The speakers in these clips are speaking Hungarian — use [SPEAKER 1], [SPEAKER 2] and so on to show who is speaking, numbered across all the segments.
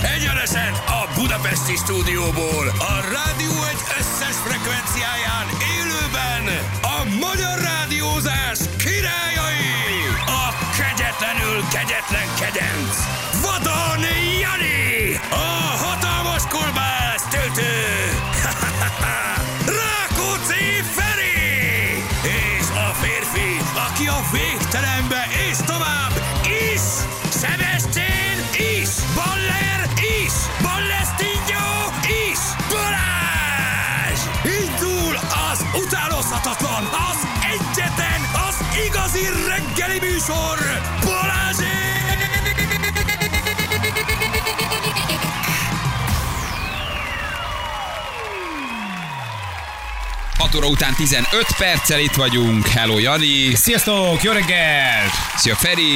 [SPEAKER 1] Egyenesen a Budapesti stúdióból, a rádió egy összes frekvenciáján élőben a magyar rádiózás királyai, a kegyetlenül kegyetlen kedenc, Vadon Jani, a hatalmas kolbász töltő, Rákóczi Feri, és a férfi, aki a végtelenbe és tovább is, Sebestyén is, Baller is, Ballestinho is, Balázs! Indul az utánozhatatlan, az egyetlen, az igazi reggeli műsor, Balázsék!
[SPEAKER 2] Hat óra után 15 perccel itt vagyunk. Hello Jani,
[SPEAKER 3] Sziasztok, jó reggelt!
[SPEAKER 2] szia Feri.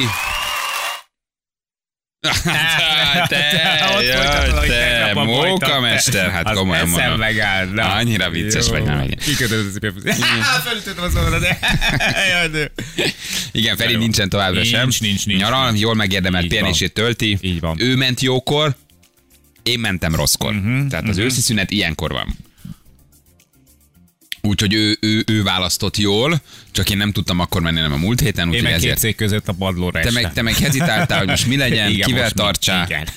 [SPEAKER 3] Te,
[SPEAKER 2] Te,
[SPEAKER 3] te, ott
[SPEAKER 2] jaj,
[SPEAKER 3] folytatod, ahogy
[SPEAKER 2] te,
[SPEAKER 3] tegnap abba hagytam,
[SPEAKER 2] mókamester, hát
[SPEAKER 3] Az
[SPEAKER 2] komolyan
[SPEAKER 3] eszembe
[SPEAKER 2] mondom.
[SPEAKER 3] megáll, na.
[SPEAKER 2] Annyira vicces
[SPEAKER 3] Jó.
[SPEAKER 2] vagy, nem igen.
[SPEAKER 3] Kikötöd az ipét. Felütöttem az oldalt, de... Jaj, de-
[SPEAKER 2] Igen, Feri
[SPEAKER 3] Jó.
[SPEAKER 2] nincsen továbbra
[SPEAKER 3] Nincs,
[SPEAKER 2] sem.
[SPEAKER 3] nincs, nincs.
[SPEAKER 2] Nyaral, jól megérdemelt
[SPEAKER 3] Így van.
[SPEAKER 2] pihenését tölti.
[SPEAKER 3] Így van.
[SPEAKER 2] Ő ment jókor, én mentem rosszkor.
[SPEAKER 3] Mhm,
[SPEAKER 2] Tehát az őszi szünet Hát ilyenkor van. Úgyhogy ő, ő, ő választott jól, csak én nem tudtam akkor menni, nem a múlt héten,
[SPEAKER 3] Én
[SPEAKER 2] úgyhogy
[SPEAKER 3] meg két
[SPEAKER 2] ezért
[SPEAKER 3] szék között a padlóra
[SPEAKER 2] Te meg, te meg hezitáltál, hogy most mi legyen,
[SPEAKER 3] Igen,
[SPEAKER 2] Igen, kivel
[SPEAKER 3] most mi?
[SPEAKER 2] tartsák,
[SPEAKER 3] Igen.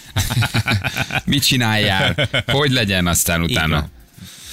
[SPEAKER 2] mit csináljál, hogy legyen aztán utána.
[SPEAKER 3] van.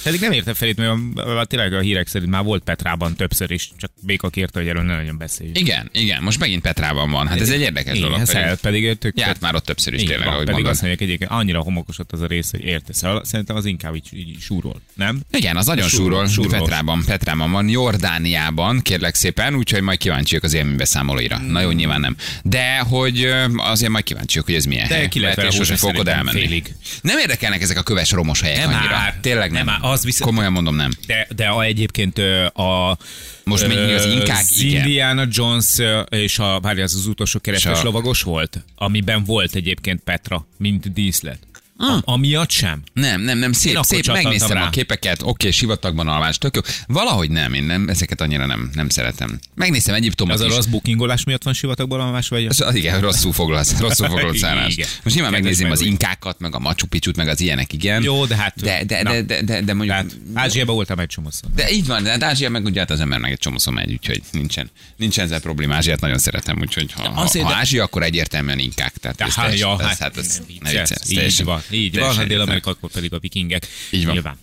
[SPEAKER 3] Pedig nem értem fel itt, mert a- a- tényleg a hírek szerint már volt Petrában többször is, csak Béka kérte, hogy erről ne nagyon beszéljünk.
[SPEAKER 2] Igen, igen, most megint Petrában van. Hát ez egy érdekes
[SPEAKER 3] Igen,
[SPEAKER 2] dolog.
[SPEAKER 3] ez
[SPEAKER 2] pedig.
[SPEAKER 3] el- pedig tök,
[SPEAKER 2] Járt már ott többször is
[SPEAKER 3] Így
[SPEAKER 2] tényleg,
[SPEAKER 3] van,
[SPEAKER 2] ahogy
[SPEAKER 3] pedig
[SPEAKER 2] mondod.
[SPEAKER 3] azt mondják, egyébként annyira homokos ott az a rész, hogy értesz. Szóval Szerintem az inkább így, így súrol, nem?
[SPEAKER 2] Igen, az nagyon
[SPEAKER 3] Súrol-
[SPEAKER 2] súrol.
[SPEAKER 3] súrolós.
[SPEAKER 2] Petrában, Petrában van, Jordániában, kérlek szépen, úgyhogy majd kíváncsiak az élménybeszámolóira.
[SPEAKER 3] Hmm.
[SPEAKER 2] Na jó, nyilván nem. De hogy ö, azért majd kíváncsiak, hogy ez milyen
[SPEAKER 3] De
[SPEAKER 2] hely.
[SPEAKER 3] ki lehet
[SPEAKER 2] Lehet,
[SPEAKER 3] vele
[SPEAKER 2] hogy sose
[SPEAKER 3] húzni
[SPEAKER 2] fogod
[SPEAKER 3] szerintem
[SPEAKER 2] elmenni.
[SPEAKER 3] félig.
[SPEAKER 2] Nem érdekelnek ezek a köves romos helyek
[SPEAKER 3] Nem
[SPEAKER 2] annyira.
[SPEAKER 3] már.
[SPEAKER 2] Tényleg nem.
[SPEAKER 3] Nem már, az viszont-
[SPEAKER 2] Komolyan mondom, nem.
[SPEAKER 3] De, de a, egyébként ö, a...
[SPEAKER 2] Most még az inkák,
[SPEAKER 3] az
[SPEAKER 2] igen.
[SPEAKER 3] Indiana Jones ö, és a, várj, az az utolsó kerekes
[SPEAKER 2] És a-
[SPEAKER 3] lovagos volt, amiben volt egyébként Petra, mint díszlet. A, amiatt sem.
[SPEAKER 2] Nem, nem, nem, szép,
[SPEAKER 3] Én akkor
[SPEAKER 2] szép,
[SPEAKER 3] csattantam
[SPEAKER 2] megnéztem
[SPEAKER 3] rá.
[SPEAKER 2] a képeket, oké, sivatagban alvás, tök jó. Valahogy nem, én nem, ezeket annyira nem, nem szeretem. Megnéztem Egyiptomot
[SPEAKER 3] Az a
[SPEAKER 2] is.
[SPEAKER 3] rossz bookingolás miatt van sivatagban alvás, vagy?
[SPEAKER 2] Az- az Igen, rosszul foglalsz, rosszul foglalsz
[SPEAKER 3] Igen.
[SPEAKER 2] állást. Most nyilván
[SPEAKER 3] Kedves
[SPEAKER 2] megnézném az
[SPEAKER 3] Merui.
[SPEAKER 2] inkákat, meg a Machu Picchu-t, meg az ilyenek, igen.
[SPEAKER 3] Jó, de hát-
[SPEAKER 2] De, de,
[SPEAKER 3] na.
[SPEAKER 2] de, de, de, de mondjuk...
[SPEAKER 3] Tehát Ázsiában voltam egy csomószor.
[SPEAKER 2] De így van, de hát Ázsia meg ugye hát az ember meg egy csomószor megy, úgyhogy nincsen, nincsen ezzel probléma. Ázsiát nagyon szeretem, úgyhogy ha, ha,
[SPEAKER 3] azért-
[SPEAKER 2] ha Ázsia, akkor egyértelműen inkák. Tehát
[SPEAKER 3] De
[SPEAKER 2] ez
[SPEAKER 3] há,
[SPEAKER 2] teljes-
[SPEAKER 3] ja,
[SPEAKER 2] ez-
[SPEAKER 3] hát,
[SPEAKER 2] hát ez
[SPEAKER 3] nem
[SPEAKER 2] ne
[SPEAKER 3] vicces.
[SPEAKER 2] viccelj, ez
[SPEAKER 3] Így
[SPEAKER 2] teljesen-
[SPEAKER 3] van, így van,
[SPEAKER 2] teljesen
[SPEAKER 3] hát
[SPEAKER 2] értelmetlen.
[SPEAKER 3] Dél-Amerika, akkor pedig a vikingek.
[SPEAKER 2] Így van.
[SPEAKER 3] Nyilván.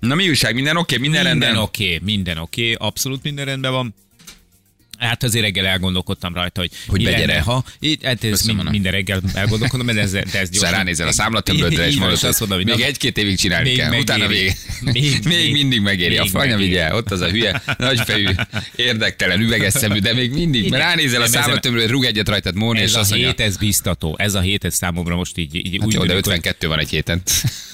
[SPEAKER 2] Na mi újság, minden oké, minden,
[SPEAKER 3] Minden
[SPEAKER 2] rendben?
[SPEAKER 3] oké, minden oké, abszolút minden rendben van. Hát azért reggel elgondolkodtam rajta, hogy,
[SPEAKER 2] Hogy
[SPEAKER 3] mi
[SPEAKER 2] vegyere.
[SPEAKER 3] lenne, ha... Így, hát ez
[SPEAKER 2] Köszönöm,
[SPEAKER 3] mind,
[SPEAKER 2] Anna.
[SPEAKER 3] minden reggel elgondolkodom, de ez, de ez
[SPEAKER 2] Aztán
[SPEAKER 3] gyorsan.
[SPEAKER 2] Szóval ránézel a számlatömbödre,
[SPEAKER 3] hát Így
[SPEAKER 2] és
[SPEAKER 3] van,
[SPEAKER 2] mondod,
[SPEAKER 3] és azt mondom,
[SPEAKER 2] hogy
[SPEAKER 3] hogy
[SPEAKER 2] még
[SPEAKER 3] na,
[SPEAKER 2] egy-két évig csinálni
[SPEAKER 3] még
[SPEAKER 2] kell. Utána
[SPEAKER 3] megéri.
[SPEAKER 2] vége. Még,
[SPEAKER 3] Még-
[SPEAKER 2] még
[SPEAKER 3] még-
[SPEAKER 2] mindig megéri. A
[SPEAKER 3] még
[SPEAKER 2] fanya
[SPEAKER 3] megéri.
[SPEAKER 2] vigye, ott az a hülye, nagyfejű, érdektelen, üveges szemű, de még mindig. Mert
[SPEAKER 3] Igen.
[SPEAKER 2] ránézel a
[SPEAKER 3] Nem, ezen-
[SPEAKER 2] számlatömbödre, rúg egyet rajtad Móni, és
[SPEAKER 3] ez a
[SPEAKER 2] azt mondja,
[SPEAKER 3] hét, ez biztató. Ez a hét, ez számomra most így, így
[SPEAKER 2] hát
[SPEAKER 3] úgy
[SPEAKER 2] jó, de
[SPEAKER 3] tűnik, hogy-
[SPEAKER 2] 52 van egy héten.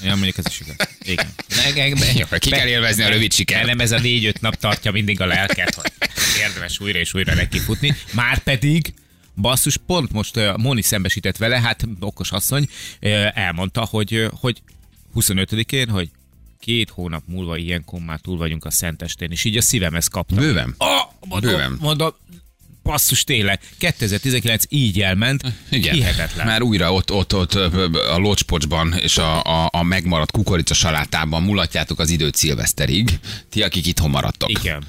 [SPEAKER 3] Ja, mondjuk ez is igaz. Igen.
[SPEAKER 2] Jó, ki kell élvezni a rövid sikert.
[SPEAKER 3] Nem ez a négy-öt nap tartja mindig a lelket, hogy érdemes újra és újra nekifutni. Már pedig Basszus, pont most ö, Moni szembesített vele, hát okos asszony ö, elmondta, hogy, ö, hogy 25-én, hogy két hónap múlva ilyenkor már túl vagyunk a Szentestén, és így a szívem ezt kapta.
[SPEAKER 2] Bőven.
[SPEAKER 3] Ah, mondom,
[SPEAKER 2] Bőven.
[SPEAKER 3] mondom, basszus tényleg, 2019 így elment,
[SPEAKER 2] Igen.
[SPEAKER 3] hihetetlen.
[SPEAKER 2] Már újra ott, ott, ott ö, ö, a locspocsban és a, a, a megmaradt kukorica salátában mulatjátok az időt szilveszterig. Ti, akik itthon maradtok.
[SPEAKER 3] Igen.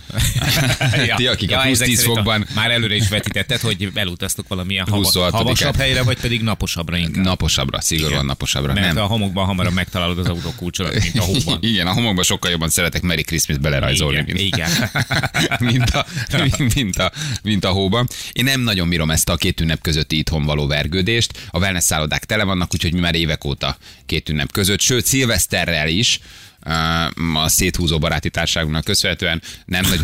[SPEAKER 2] Ti, akik a plusz
[SPEAKER 3] ezek
[SPEAKER 2] 10
[SPEAKER 3] szerint
[SPEAKER 2] fokban-
[SPEAKER 3] a- Már előre is vetítetted, hogy elutaztok valamilyen hava,
[SPEAKER 2] 26-án.
[SPEAKER 3] havasabb helyre, vagy pedig naposabbra inkább.
[SPEAKER 2] Naposabbra, szigorúan
[SPEAKER 3] Igen.
[SPEAKER 2] naposabbra.
[SPEAKER 3] Mert
[SPEAKER 2] nem.
[SPEAKER 3] a homokban hamarabb megtalálod az autókulcsodat, mint a hóban.
[SPEAKER 2] Igen, a homokban sokkal jobban szeretek Merry Christmas belerajzolni,
[SPEAKER 3] Igen,
[SPEAKER 2] mint,
[SPEAKER 3] igen.
[SPEAKER 2] mint, a, mint, mint, a, mint a hóban. Én nem nagyon bírom ezt a két ünnep közötti itthon való vergődést. A wellness szállodák tele vannak, úgyhogy mi már évek óta két ünnep között, sőt, szilveszterrel is ö, a széthúzó baráti társágunknak köszönhetően nem nagy,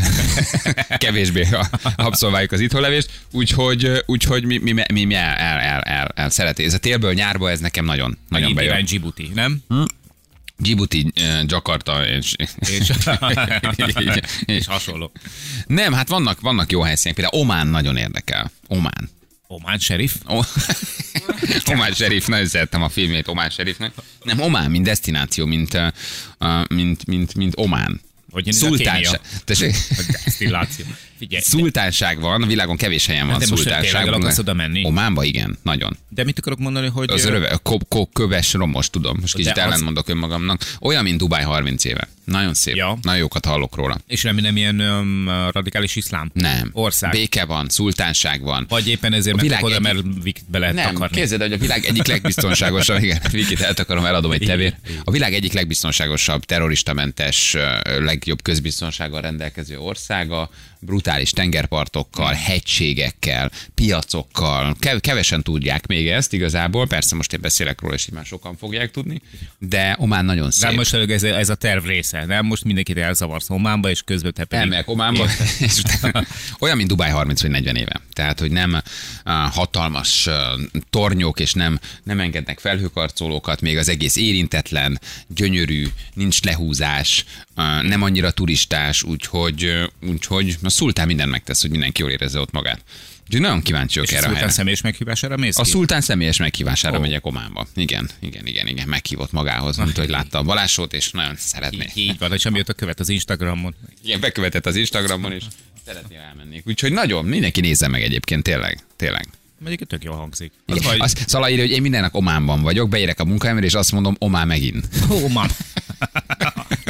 [SPEAKER 2] kevésbé a- abszolváljuk az itthonlevést, úgyhogy, ö, úgyhogy mi, mi, mi, mi el, el, el, el, el szeretjük. Ez a télből nyárba ez nekem nagyon, nagyon
[SPEAKER 3] Megint
[SPEAKER 2] bejön.
[SPEAKER 3] irány Djibouti, nem?
[SPEAKER 2] Djibouti, eh, Jakarta és...
[SPEAKER 3] És,
[SPEAKER 2] Igen.
[SPEAKER 3] és hasonló.
[SPEAKER 2] Nem, hát vannak, vannak jó helyszínek. Például Omán nagyon érdekel. Omán.
[SPEAKER 3] Omán serif?
[SPEAKER 2] O- Omán Serif, nagyon szerettem a filmjét Omán Serifnek. Nem, Omán, mint destináció, mint, eh, eh, mint, mint, mint Omán.
[SPEAKER 3] Hogy jön
[SPEAKER 2] Szultánság.
[SPEAKER 3] Szultánság.
[SPEAKER 2] Tessék?
[SPEAKER 3] Desztilláció. Figyelj,
[SPEAKER 2] Szultánság van, a világon kevés helyen van
[SPEAKER 3] de Hát most
[SPEAKER 2] szultánság.
[SPEAKER 3] tényleg el akarsz oda menni?
[SPEAKER 2] Ománba igen, nagyon.
[SPEAKER 3] de mit akarok mondani, hogy...
[SPEAKER 2] Az
[SPEAKER 3] ö,
[SPEAKER 2] röve, ko, ko, köves romos, tudom, most kicsit
[SPEAKER 3] De az-
[SPEAKER 2] ellentmondok önmagamnak. Olyan, mint Dubáj 30 éve. Nagyon szép.
[SPEAKER 3] Ja.
[SPEAKER 2] Nagyon jókat hallok róla.
[SPEAKER 3] És remélem ilyen öm, radikális iszlám
[SPEAKER 2] Nem.
[SPEAKER 3] ország.
[SPEAKER 2] Béke van, szultánság van.
[SPEAKER 3] Vagy éppen ezért
[SPEAKER 2] A
[SPEAKER 3] mentek
[SPEAKER 2] világ
[SPEAKER 3] oda, mert
[SPEAKER 2] egyik-
[SPEAKER 3] Vikit be lehet
[SPEAKER 2] nem,
[SPEAKER 3] takarni.
[SPEAKER 2] képzeld, el, hogy a világ egyik legbiztonságosabb, igen, Vikit eltakarom, eladom egy
[SPEAKER 3] Igen,
[SPEAKER 2] tevér.
[SPEAKER 3] igen.
[SPEAKER 2] A világ egyik legbiztonságosabb, terroristamentes, ö, legjobb közbiztonsággal rendelkező országa, brutális tengerpartokkal, hegységekkel, piacokkal. Kev- Kevesen tudják még ezt igazából, persze most én beszélek róla, és így már sokan fogják tudni, de Omán nagyon
[SPEAKER 3] De
[SPEAKER 2] szép.
[SPEAKER 3] most előbb ez, ez a terv része, nem? Most mindenkit elzavarsz Ománba, és közben te pedig...
[SPEAKER 2] Elmegyek Ománba, és utána olyan, mint Dubáj 30 vagy 40 éve. Tehát, hogy nem á, hatalmas á, tornyok, és nem, nem engednek felhőkarcolókat, még az egész érintetlen, gyönyörű, nincs lehúzás, á, nem annyira turistás, úgyhogy, ö, úgyhogy a szultán mindent megtesz, hogy mindenki jól érezze ott magát. Úgyhogy nagyon kíváncsi vagyok
[SPEAKER 3] És
[SPEAKER 2] erre a
[SPEAKER 3] szultán
[SPEAKER 2] helyre.
[SPEAKER 3] személyes meghívására mész
[SPEAKER 2] A
[SPEAKER 3] ki?
[SPEAKER 2] szultán személyes meghívására
[SPEAKER 3] Ó.
[SPEAKER 2] megyek Ománba. Igen, igen, igen, igen, meghívott magához, mint hogy látta a Balázsot, és nagyon szeretné.
[SPEAKER 3] Így, így van, és amióta követ az Instagramon.
[SPEAKER 2] Igen, bekövetett az Instagramon, és szeretné ha elmennék. Úgyhogy nagyon, mindenki nézze meg egyébként, tényleg, tényleg.
[SPEAKER 3] Mondjuk tök jól hangzik. Az
[SPEAKER 2] Igen.
[SPEAKER 3] vagy...
[SPEAKER 2] Azt, Szala írja, hogy én minden nap Ománban vagyok, beérek a munkámra, és azt mondom, Omán megint.
[SPEAKER 3] Ó, mám.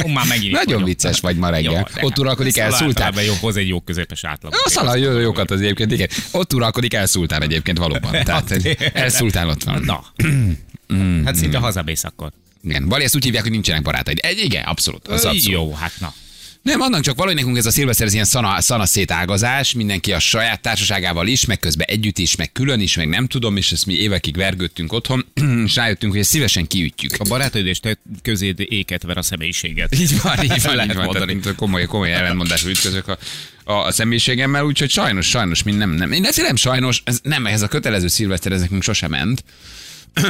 [SPEAKER 3] Ó, már megint. itt
[SPEAKER 2] Nagyon
[SPEAKER 3] vagyok.
[SPEAKER 2] vicces vagy ma reggel.
[SPEAKER 3] de
[SPEAKER 2] Ott uralkodik
[SPEAKER 3] Szóval
[SPEAKER 2] el Szultán.
[SPEAKER 3] általában Jó, hoz egy jó közepes átlag.
[SPEAKER 2] A Szala jó, jókat az egyébként, igen. Ott uralkodik el Szultán egyébként valóban. Tehát
[SPEAKER 3] Hát, tényleg.
[SPEAKER 2] el Szultán ott van.
[SPEAKER 3] Na.
[SPEAKER 2] Mm.
[SPEAKER 3] hát szinte hazamész akkor.
[SPEAKER 2] Igen. Vali ezt úgy hívják, hogy nincsenek barátaid. Egy, igen, abszolút. Az abszolút.
[SPEAKER 3] Jó, hát na.
[SPEAKER 2] Nem, annak csak valahogy nekünk ez a Szilveszter, ez ilyen szana, szana szétágazás, mindenki a saját társaságával is, meg közben együtt is, meg külön is, meg nem tudom, és ezt mi évekig vergődtünk otthon, és rájöttünk, hogy ezt szívesen kiütjük.
[SPEAKER 3] A barátod és te közéd éket ver a személyiséget.
[SPEAKER 2] Így van, így van,
[SPEAKER 3] Lehet
[SPEAKER 2] így van.
[SPEAKER 3] mondani.
[SPEAKER 2] Tehát itt komoly, komoly ellentmondású ütközök a, a, a személyiségemmel, úgyhogy sajnos, sajnos, mind nem, nem. Én ezért nem sajnos, ez, nem, ez a kötelező szilveszter, ez nekünk sose ment.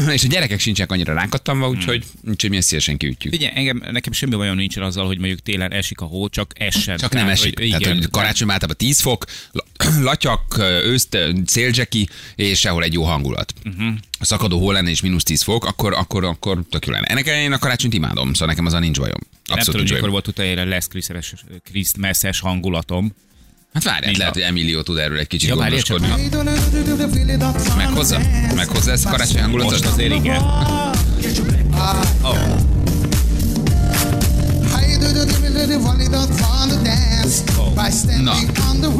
[SPEAKER 2] és a gyerekek sincsenek annyira rákattamva, úgyhogy, úgyhogy mi ezt szívesen kiütjük.
[SPEAKER 3] Figyelj, engem, nekem semmi bajom nincsen azzal, hogy mondjuk télen esik a hó, csak essen.
[SPEAKER 2] Csak nem
[SPEAKER 3] Tehát,
[SPEAKER 2] esik.
[SPEAKER 3] Hogy,
[SPEAKER 2] Tehát,
[SPEAKER 3] igen,
[SPEAKER 2] hogy karácsony általában 10 fok, la- latyak, őszt, szélzseki, és sehol egy jó hangulat.
[SPEAKER 3] Mhm.
[SPEAKER 2] Uh-huh. A szakadó hol lenne és mínusz 10 fok, akkor, akkor, akkor tök jó lenne. Ennek én a karácsonyt imádom, szóval nekem az a nincs bajom.
[SPEAKER 3] nem
[SPEAKER 2] Abszolút
[SPEAKER 3] tudom,
[SPEAKER 2] nincs
[SPEAKER 3] mikor
[SPEAKER 2] bajom.
[SPEAKER 3] volt utoljára lesz Christmas-es- Christmas-es hangulatom.
[SPEAKER 2] Hát várjál,
[SPEAKER 3] Nincs
[SPEAKER 2] lehet,
[SPEAKER 3] baj.
[SPEAKER 2] hogy Emilio tud erről egy kicsit
[SPEAKER 3] Ja, várjál csak.
[SPEAKER 2] gondoskodni. Meghozza? Meghozza ezt a karácsony hangulatot?
[SPEAKER 3] Most azért igen. Oh,
[SPEAKER 2] Na. Nem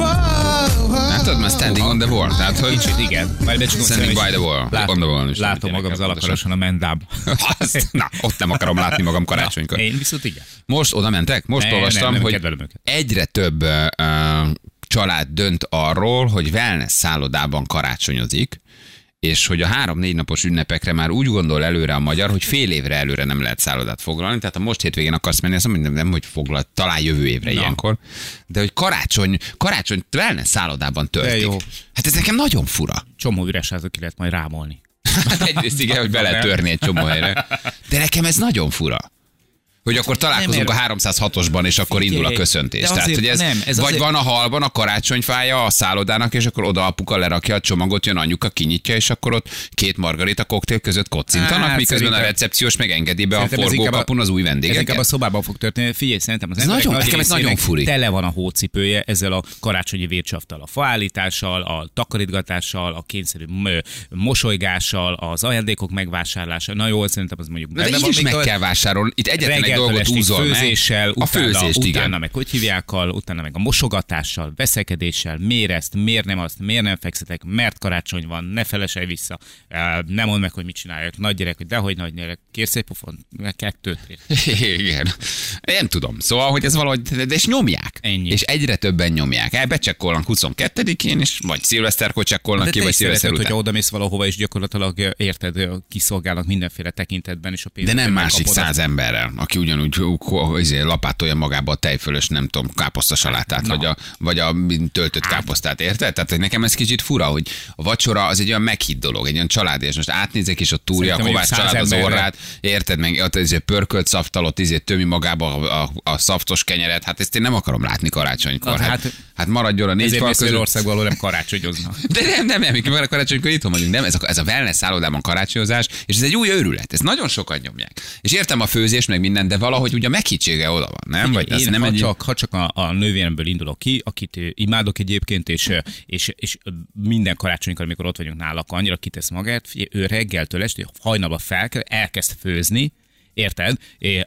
[SPEAKER 2] Hát, tudod, mert standing on the wall, tehát hogy...
[SPEAKER 3] kicsit igen. Majd becsukom
[SPEAKER 2] Standing by the wall.
[SPEAKER 3] Látom,
[SPEAKER 2] On the wall is.
[SPEAKER 3] látom magam az alakarosan a mendám.
[SPEAKER 2] Azt, na, ott nem akarom látni magam karácsonykor.
[SPEAKER 3] Én viszont igen.
[SPEAKER 2] Most oda mentek? Most
[SPEAKER 3] Nem,
[SPEAKER 2] olvastam,
[SPEAKER 3] nem, nem,
[SPEAKER 2] hogy
[SPEAKER 3] kedvelem őket.
[SPEAKER 2] egyre több ö, ö, család dönt arról, hogy wellness szállodában karácsonyozik, és hogy a három-négy napos ünnepekre már úgy gondol előre a magyar, hogy fél évre előre nem lehet szállodát foglalni, tehát ha most hétvégén akarsz menni, azt mondom, hogy nem, nem, hogy foglal, talán jövő évre
[SPEAKER 3] Na.
[SPEAKER 2] ilyenkor, de hogy karácsony, karácsony wellness szállodában töltik.
[SPEAKER 3] jó.
[SPEAKER 2] Hát ez nekem nagyon fura.
[SPEAKER 3] Csomó üres házat ki lehet majd rámolni.
[SPEAKER 2] Hát egyrészt igen, hogy be lehet törni egy csomó helyre. De nekem ez nagyon fura. Hogy akkor találkozunk
[SPEAKER 3] Nem,
[SPEAKER 2] a 306-osban, és akkor indul a
[SPEAKER 3] Figyelj,
[SPEAKER 2] köszöntés.
[SPEAKER 3] de
[SPEAKER 2] Tehát,
[SPEAKER 3] azért
[SPEAKER 2] hogy ez,
[SPEAKER 3] nem, ez
[SPEAKER 2] vagy
[SPEAKER 3] azért-
[SPEAKER 2] van a halban a karácsonyfája a szállodának, és akkor oda apuka lerakja a csomagot, jön anyuka, kinyitja, és akkor ott két margarita koktél között kocintanak,
[SPEAKER 3] Hát,
[SPEAKER 2] miközben a
[SPEAKER 3] szerintem-
[SPEAKER 2] recepciós megengedi be a
[SPEAKER 3] Szerintem ez inkább a-
[SPEAKER 2] forgókapun az új
[SPEAKER 3] Ez inkább a
[SPEAKER 2] vendégeket.
[SPEAKER 3] szobában fog történni. Figyelj, szerintem az
[SPEAKER 2] Ez
[SPEAKER 3] emberek
[SPEAKER 2] nagyon-
[SPEAKER 3] nagy
[SPEAKER 2] nekem ez
[SPEAKER 3] részének
[SPEAKER 2] nagyon furi.
[SPEAKER 3] Tele van a hócipője ezzel a karácsonyi vércsaftal, a faállítással, a takarítgatással, a kényszerű m- mosolygással, az ajándékok megvásárlása. Na jó, szerintem az mondjuk
[SPEAKER 2] De,
[SPEAKER 3] benne
[SPEAKER 2] így
[SPEAKER 3] van,
[SPEAKER 2] is
[SPEAKER 3] még
[SPEAKER 2] meg
[SPEAKER 3] a-
[SPEAKER 2] kell vásárolni. Itt egyetlen egy
[SPEAKER 3] reggeltől
[SPEAKER 2] dolgot
[SPEAKER 3] estig
[SPEAKER 2] húzol meg.
[SPEAKER 3] főzéssel,
[SPEAKER 2] A
[SPEAKER 3] utána,
[SPEAKER 2] főzést,
[SPEAKER 3] utána
[SPEAKER 2] igen.
[SPEAKER 3] meg hogy hívjákkal, utána meg a mosogatással, veszekedéssel, miért ezt, miért nem azt, miért nem fekszetek, mert karácsony van, ne feleselj vissza, eh, nem mondd meg, hogy mit csináljak, nagy gyerek, hogy dehogy nagy gyerek, kérsz egy pofon, kettőt.
[SPEAKER 2] Igen. Én Nem tudom. Szóval, hogy ez valahogy, de és nyomják.
[SPEAKER 3] Ennyi.
[SPEAKER 2] És egyre többen nyomják. El becsekkolnak 22-én, és vagy szilveszterkor csekkolnak
[SPEAKER 3] De
[SPEAKER 2] ki,
[SPEAKER 3] te
[SPEAKER 2] vagy
[SPEAKER 3] is
[SPEAKER 2] szilveszter
[SPEAKER 3] szereted,
[SPEAKER 2] után.
[SPEAKER 3] hogyha oda mész valahova, és gyakorlatilag eh, érted, eh, kiszolgálnak mindenféle tekintetben, és a
[SPEAKER 2] De
[SPEAKER 3] pénzt
[SPEAKER 2] nem másik
[SPEAKER 3] megkapod.
[SPEAKER 2] száz emberrel, aki ugyanúgy hú, hú, izé, lapátolja magába a tejfölös, nem tudom, káposztasalátát, vagy a, vagy a töltött
[SPEAKER 3] Hát.
[SPEAKER 2] káposztát, érted? Tehát hogy nekem ez kicsit fura, hogy a vacsora az egy olyan meghitt dolog, egy olyan család, és most átnézek, és ott túrja a
[SPEAKER 3] Szerintem
[SPEAKER 2] Kovács
[SPEAKER 3] mondjuk
[SPEAKER 2] család az
[SPEAKER 3] 100 emberre.
[SPEAKER 2] orrát, érted meg, ott ez pörkölt szaftalot, izé, tömi magába a, a, a, szaftos kenyeret, hát ezt én nem akarom látni karácsonykor.
[SPEAKER 3] Na,
[SPEAKER 2] hát,
[SPEAKER 3] hát-
[SPEAKER 2] hát maradjon a négy
[SPEAKER 3] Ezért
[SPEAKER 2] fal
[SPEAKER 3] mész
[SPEAKER 2] között.
[SPEAKER 3] Magyarországból, ahol nem karácsonyoznak.
[SPEAKER 2] De nem, nem, nem, mikor már a karácsonykor itthon vagyunk, nem, ez a, ez a wellness szállodában karácsonyozás, és ez egy új őrület, ezt nagyon sokan nyomják. És értem a főzés, meg minden, de valahogy ugye a meghittsége oda van, nem? Vagy ez
[SPEAKER 3] én,
[SPEAKER 2] nem
[SPEAKER 3] ha,
[SPEAKER 2] egy...
[SPEAKER 3] csak, ha csak a, a nővéremből indulok ki, akit ö, imádok egyébként, és, ö, és, és minden karácsonykor, amikor ott vagyunk nála, akkor annyira kitesz magát, figyelj, ő reggeltől este hajnalba fel, elkezd főzni, Érted? É,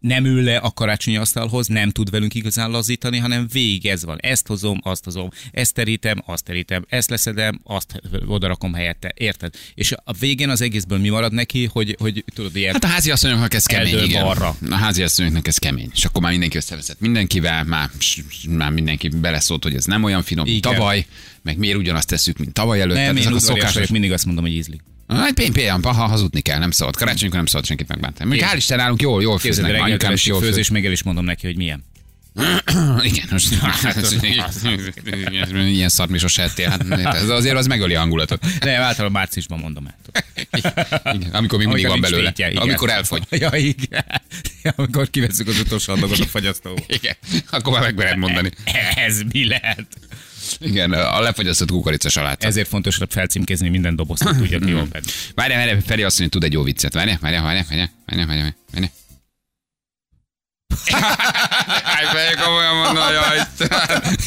[SPEAKER 3] Nem ül le a karácsonyi asztalhoz, nem tud velünk igazán lazítani, hanem végig ez van. Ezt hozom, azt hozom, ezt terítem, azt terítem, ezt leszedem, azt odarakom helyette. Érted? És a végén az egészből mi marad neki, hogy, hogy tudod, ilyen
[SPEAKER 2] Hát a háziasszonyoknak ez kemény.
[SPEAKER 3] Eldől
[SPEAKER 2] Igen.
[SPEAKER 3] balra.
[SPEAKER 2] A háziasszonyoknak ez kemény. És akkor már mindenki összeveszett mindenkivel, már, már mindenki beleszólt, hogy ez nem olyan finom, mint
[SPEAKER 3] Igen.
[SPEAKER 2] tavaly, meg miért ugyanazt tesszük, mint tavaly előtt.
[SPEAKER 3] Nem,
[SPEAKER 2] Tehát
[SPEAKER 3] én
[SPEAKER 2] ezek a
[SPEAKER 3] udvarias
[SPEAKER 2] szokásos
[SPEAKER 3] vagyok, mindig azt mondom, hogy ízlik.
[SPEAKER 2] Hát pén, pén, ha hazudni kell, nem szabad. Karácsonykor nem szabad senkit megbántani. Még hál' Isten nálunk jól, jól
[SPEAKER 3] Képzeld,
[SPEAKER 2] főznek,
[SPEAKER 3] el, reggel
[SPEAKER 2] anyukám is
[SPEAKER 3] esik
[SPEAKER 2] jól
[SPEAKER 3] főz,
[SPEAKER 2] főz.
[SPEAKER 3] és még el is mondom neki, hogy milyen.
[SPEAKER 2] Igen, most ilyen szart mi sose ettél. Hát, ez azért az megöli a hangulatot.
[SPEAKER 3] Nem, általában márciusban mondom el.
[SPEAKER 2] Igen, amikor még mindig
[SPEAKER 3] Amikor
[SPEAKER 2] van
[SPEAKER 3] nincs
[SPEAKER 2] belőle.
[SPEAKER 3] tétje, igen.
[SPEAKER 2] Amikor elfogy.
[SPEAKER 3] Ja, igen. Amikor kiveszünk az utolsó adagot a fagyasztóba.
[SPEAKER 2] Igen, akkor már meg mered mondani.
[SPEAKER 3] Ez mi lehet?
[SPEAKER 2] Igen, a lefagyasztott kukorica salát.
[SPEAKER 3] Ezért fontos felcímkézni minden dobozt, hogy tudja, mi van benne.
[SPEAKER 2] Várj, várj, Feri azt mondja, tud egy jó viccet. Várj, várj, várj, várj, várj, várj, várj. Hát, Feri, komolyan mondom, jaj, Isten.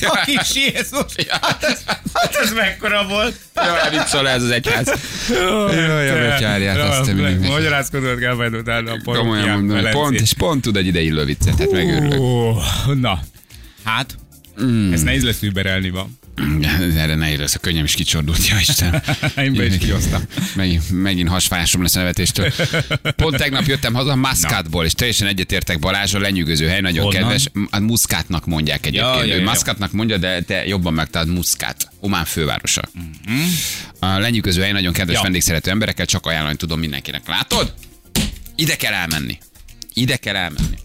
[SPEAKER 3] A kis Jézus! Hát ez, hát ez mekkora volt?
[SPEAKER 2] Jaj, viccol ez az egyház. jaj, jaj, betyárját, azt te mindig.
[SPEAKER 3] Magyarázkodod kell majd utána a
[SPEAKER 2] Komolyan mondom, hogy pont, és pont tud egy ideillő viccet, hát megőrülök. Hmm.
[SPEAKER 3] Na, hát, ez nehéz lesz überelni van.
[SPEAKER 2] Erre ne lesz, a könnyem is kicsordult, ja Isten.
[SPEAKER 3] Én be is kihoztam.
[SPEAKER 2] Megint, megint hasfárásom lesz a nevetéstől. Pont tegnap jöttem haza Maszkátból, és teljesen egyetértek Balázsra, lenyűgöző hely, nagyon
[SPEAKER 3] Honnan?
[SPEAKER 2] kedves. A muszkátnak mondják egyébként.
[SPEAKER 3] ja,
[SPEAKER 2] Ja,
[SPEAKER 3] ja.
[SPEAKER 2] Maszkátnak mondja, de te jobban megtalálod Muszkát, Omán fővárosa. A lenyűgöző hely, nagyon kedves
[SPEAKER 3] Mhm. Ja.
[SPEAKER 2] vendégszerető emberekkel, csak ajánlani tudom mindenkinek. Látod? Ide kell elmenni. Ide kell elmenni.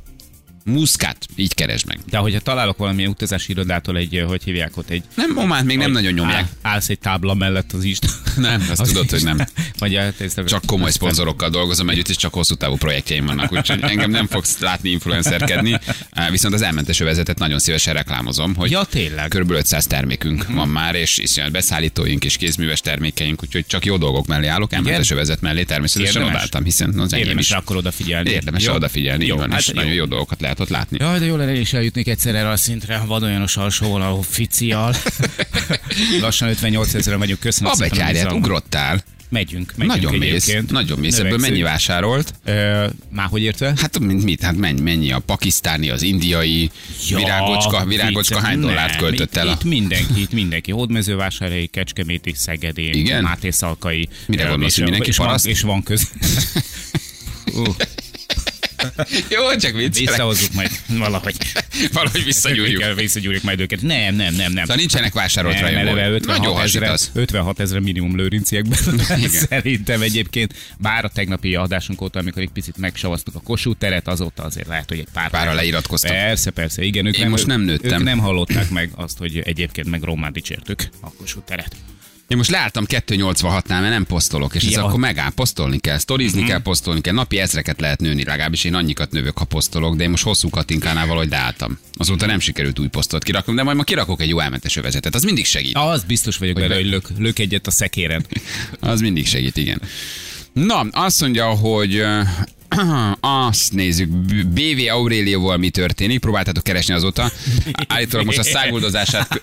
[SPEAKER 2] Muszkát, így keresd meg.
[SPEAKER 3] De hogyha találok valamilyen utazási irodától egy, ö, hogy hívják ott egy...
[SPEAKER 2] Nem, Ománt még nem nagyon nyomják.
[SPEAKER 3] Áll- Állsz egy tábla mellett az Isten.
[SPEAKER 2] Nem, azt tudod, hogy nem.
[SPEAKER 3] Vagy hát ez-
[SPEAKER 2] Csak komoly szponzorokkal dolgozom együtt, és csak hosszú távú projektjeim vannak, úgyhogy engem nem fogsz látni influencerkedni, Á, viszont az elmentes övezetet nagyon szívesen reklámozom, hogy
[SPEAKER 3] Ja, tényleg. Mhm.
[SPEAKER 2] körülbelül 500 termékünk van már, és iszonyat beszállítóink és kézműves termékeink, úgyhogy csak jó dolgok mellé állok, elmentes övezet mellé természetesen
[SPEAKER 3] Érdemes?
[SPEAKER 2] odálltam, hiszen az enyém
[SPEAKER 3] Érdemes
[SPEAKER 2] is.
[SPEAKER 3] rá akkor odafigyelni.
[SPEAKER 2] Érdemes
[SPEAKER 3] Jó?
[SPEAKER 2] odafigyelni, jó,
[SPEAKER 3] Jó,
[SPEAKER 2] van,
[SPEAKER 3] hát
[SPEAKER 2] és
[SPEAKER 3] jó.
[SPEAKER 2] nagyon jó dolgokat lehet ott látni.
[SPEAKER 3] Jaj, de jó lenne is eljutnék egyszer erre a szintre, van olyanos alsóval, ahol ficial. Lassan 58 ezeren vagyunk, köszönöm
[SPEAKER 2] A betyárját
[SPEAKER 3] bizalmat.
[SPEAKER 2] ugrottál,
[SPEAKER 3] Megyünk, megyünk
[SPEAKER 2] hát nagyon mész,
[SPEAKER 3] egyébként.
[SPEAKER 2] nagyon mész, ebből
[SPEAKER 3] Növekszik.
[SPEAKER 2] mennyi vásárolt?
[SPEAKER 3] Ö, Már hogy értve?
[SPEAKER 2] Hát mint mit, hát mennyi, mennyi a pakisztáni, az indiai,
[SPEAKER 3] Ja,
[SPEAKER 2] virágocska, virágocska
[SPEAKER 3] vicc,
[SPEAKER 2] hány dollárt
[SPEAKER 3] nem,
[SPEAKER 2] költött el?
[SPEAKER 3] itt,
[SPEAKER 2] a-
[SPEAKER 3] Itt mindenki, itt mindenki. Hódmezővásárhelyi, Kecskeméti, Szegedi,
[SPEAKER 2] Igen?
[SPEAKER 3] Máté Szalkai.
[SPEAKER 2] Mire
[SPEAKER 3] Ö,
[SPEAKER 2] gondolsz,
[SPEAKER 3] és-
[SPEAKER 2] hogy mindenki
[SPEAKER 3] és van,
[SPEAKER 2] paraszt?
[SPEAKER 3] és van köz. Uh,
[SPEAKER 2] Jó, csak viccelek.
[SPEAKER 3] visszahozzuk majd valahogy.
[SPEAKER 2] Valahogy visszagyújjuk.
[SPEAKER 3] Kell, visszagyúrjuk majd őket. Nem, nem, nem, nem.
[SPEAKER 2] De nincsenek vásárolt
[SPEAKER 3] Nem, eleve
[SPEAKER 2] rajongók. Nagyon
[SPEAKER 3] 56 ezre,
[SPEAKER 2] hasítasz.
[SPEAKER 3] 56 ezre minimum lőrinciekben.
[SPEAKER 2] Igen.
[SPEAKER 3] Szerintem egyébként, bár a tegnapi adásunk óta, amikor egy picit megsavaztuk a Kossuth teret, azóta azért lehet, hogy egy pár...
[SPEAKER 2] Pára leiratkoztak.
[SPEAKER 3] Persze, persze, igen. Ők
[SPEAKER 2] Én most nem nőttem.
[SPEAKER 3] Ők nem hallották meg azt, hogy egyébként meg román dicsértük a Kossuth teret.
[SPEAKER 2] Én most leálltam 286-nál, mert nem posztolok, és ez
[SPEAKER 3] Ja. Mhm.
[SPEAKER 2] akkor megáll, posztolni kell, sztorizni kell, posztolni kell, napi ezreket lehet nőni, legalábbis én annyikat növök, ha posztolok, de én most hosszú katinkánál valahogy leálltam. Azóta nem sikerült új posztot kiraknom, de majd ma kirakok egy jó elmentes övezetet, az mindig segít.
[SPEAKER 3] Az biztos vagyok
[SPEAKER 2] Hogy
[SPEAKER 3] benne,
[SPEAKER 2] be-
[SPEAKER 3] hogy lök, lök egyet a szekéren.
[SPEAKER 2] Az mindig segít, igen. Na, azt mondja, hogy ö, azt nézzük, B- BV Aurélióval mi történik, próbáltátok keresni azóta. Állítólag most a száguldozását kö-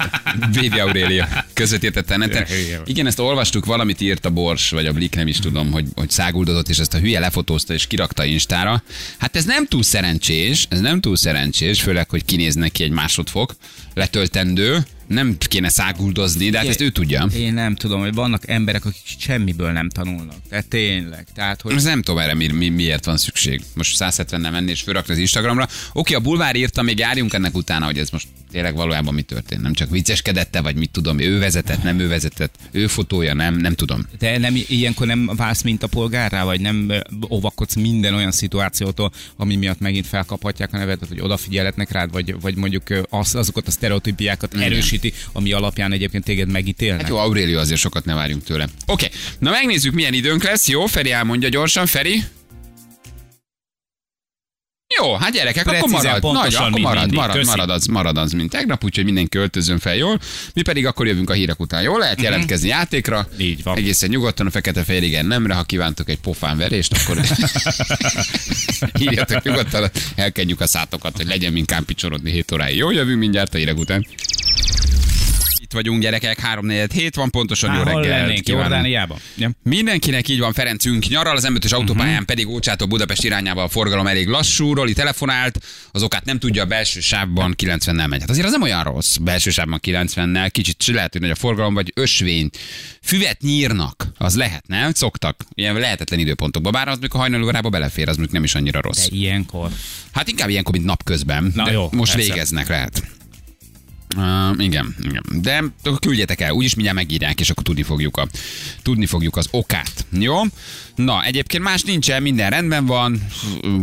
[SPEAKER 2] BV Aurélia közvetítette neten. Igen, ezt olvastuk, valamit írt a Bors, vagy a Blik, nem is tudom, hogy, hogy száguldozott, és ezt a hülye lefotózta, és kirakta Instára. Hát ez nem túl szerencsés, ez nem túl szerencsés, főleg, hogy kinéz neki egy másodfok letöltendő, nem kéne száguldozni, de hát ezt ő tudja.
[SPEAKER 3] Én nem tudom, hogy vannak emberek, akik semmiből nem tanulnak. Tehát tényleg. Tehát, hogy
[SPEAKER 2] Ez nem tudom erre mi, mi, miért van szükség. Most 170-nel menni és fölrakni az Instagramra. Oké, a bulvár írta, még járjunk ennek utána, hogy ez most tényleg valójában mi történt. Nem csak vicceskedette, vagy mit tudom, ő vezetett, nem ő vezetett, ő fotója, nem, nem tudom.
[SPEAKER 3] De nem, ilyenkor nem válsz mint a polgárrá, vagy nem ö, óvakodsz minden olyan szituációtól, ami miatt megint felkaphatják a nevedet, hogy odafigyeletnek rád, vagy, vagy mondjuk ö, az, azokat a sztereotípiákat erősíti, ami alapján egyébként téged megítélnek.
[SPEAKER 2] Hát jó, Aurélio azért sokat ne várjunk tőle. Oké, na megnézzük, milyen időnk lesz. Jó, Feri elmondja gyorsan, Feri. Jó, Jó, hát gyerekek,
[SPEAKER 3] Precízen,
[SPEAKER 2] akkor marad. Nagy,
[SPEAKER 3] pontosan,
[SPEAKER 2] akkor
[SPEAKER 3] mint
[SPEAKER 2] marad,
[SPEAKER 3] mindig.
[SPEAKER 2] marad,
[SPEAKER 3] Köszi.
[SPEAKER 2] marad, az, marad az, mint tegnap, úgyhogy mindenki öltözön fel jól. Mi pedig akkor jövünk a hírek után. Jól lehet jelentkezni játékra.
[SPEAKER 3] Mhm. Így van.
[SPEAKER 2] Egészen nyugodtan a fekete fél igen nemre, ha kívántok egy pofán verést, akkor írjatok nyugodtan, elkenjük a szátokat, hogy legyen minkább picsorodni 7 óráig. Jó, jövünk mindjárt a hírek után. Itt vagyunk gyerekek, 3-4-7 van pontosan, jó
[SPEAKER 3] Á, hol
[SPEAKER 2] reggelt
[SPEAKER 3] lennénk?
[SPEAKER 2] kívánunk.
[SPEAKER 3] Jordániában? Ja.
[SPEAKER 2] Mindenkinek így van, Ferencünk nyarral, az M5-ös autópályán
[SPEAKER 3] Mhm.
[SPEAKER 2] pedig Ócsától Budapest irányába a forgalom elég lassú, Roli telefonált, az okát nem tudja, a belső sávban 90-nel megy. Hát azért az nem olyan rossz, belső sávban 90-nel, kicsit lehet, hogy nagy a forgalom, vagy ösvény. Füvet nyírnak, az lehet, nem? Szoktak. Ilyen lehetetlen időpontokban, bár az, mikor hajnal órába belefér, az még nem is annyira rossz.
[SPEAKER 3] De E, ilyenkor.
[SPEAKER 2] Hát inkább ilyenkor, mint napközben.
[SPEAKER 3] Na
[SPEAKER 2] De
[SPEAKER 3] jó,
[SPEAKER 2] most
[SPEAKER 3] persze.
[SPEAKER 2] végeznek lehet. Uh, igen, igen, de akkor küldjetek el, úgyis mindjárt megírják, és akkor tudni fogjuk, a, tudni fogjuk az okát. Jó? Na, egyébként más nincsen, minden rendben van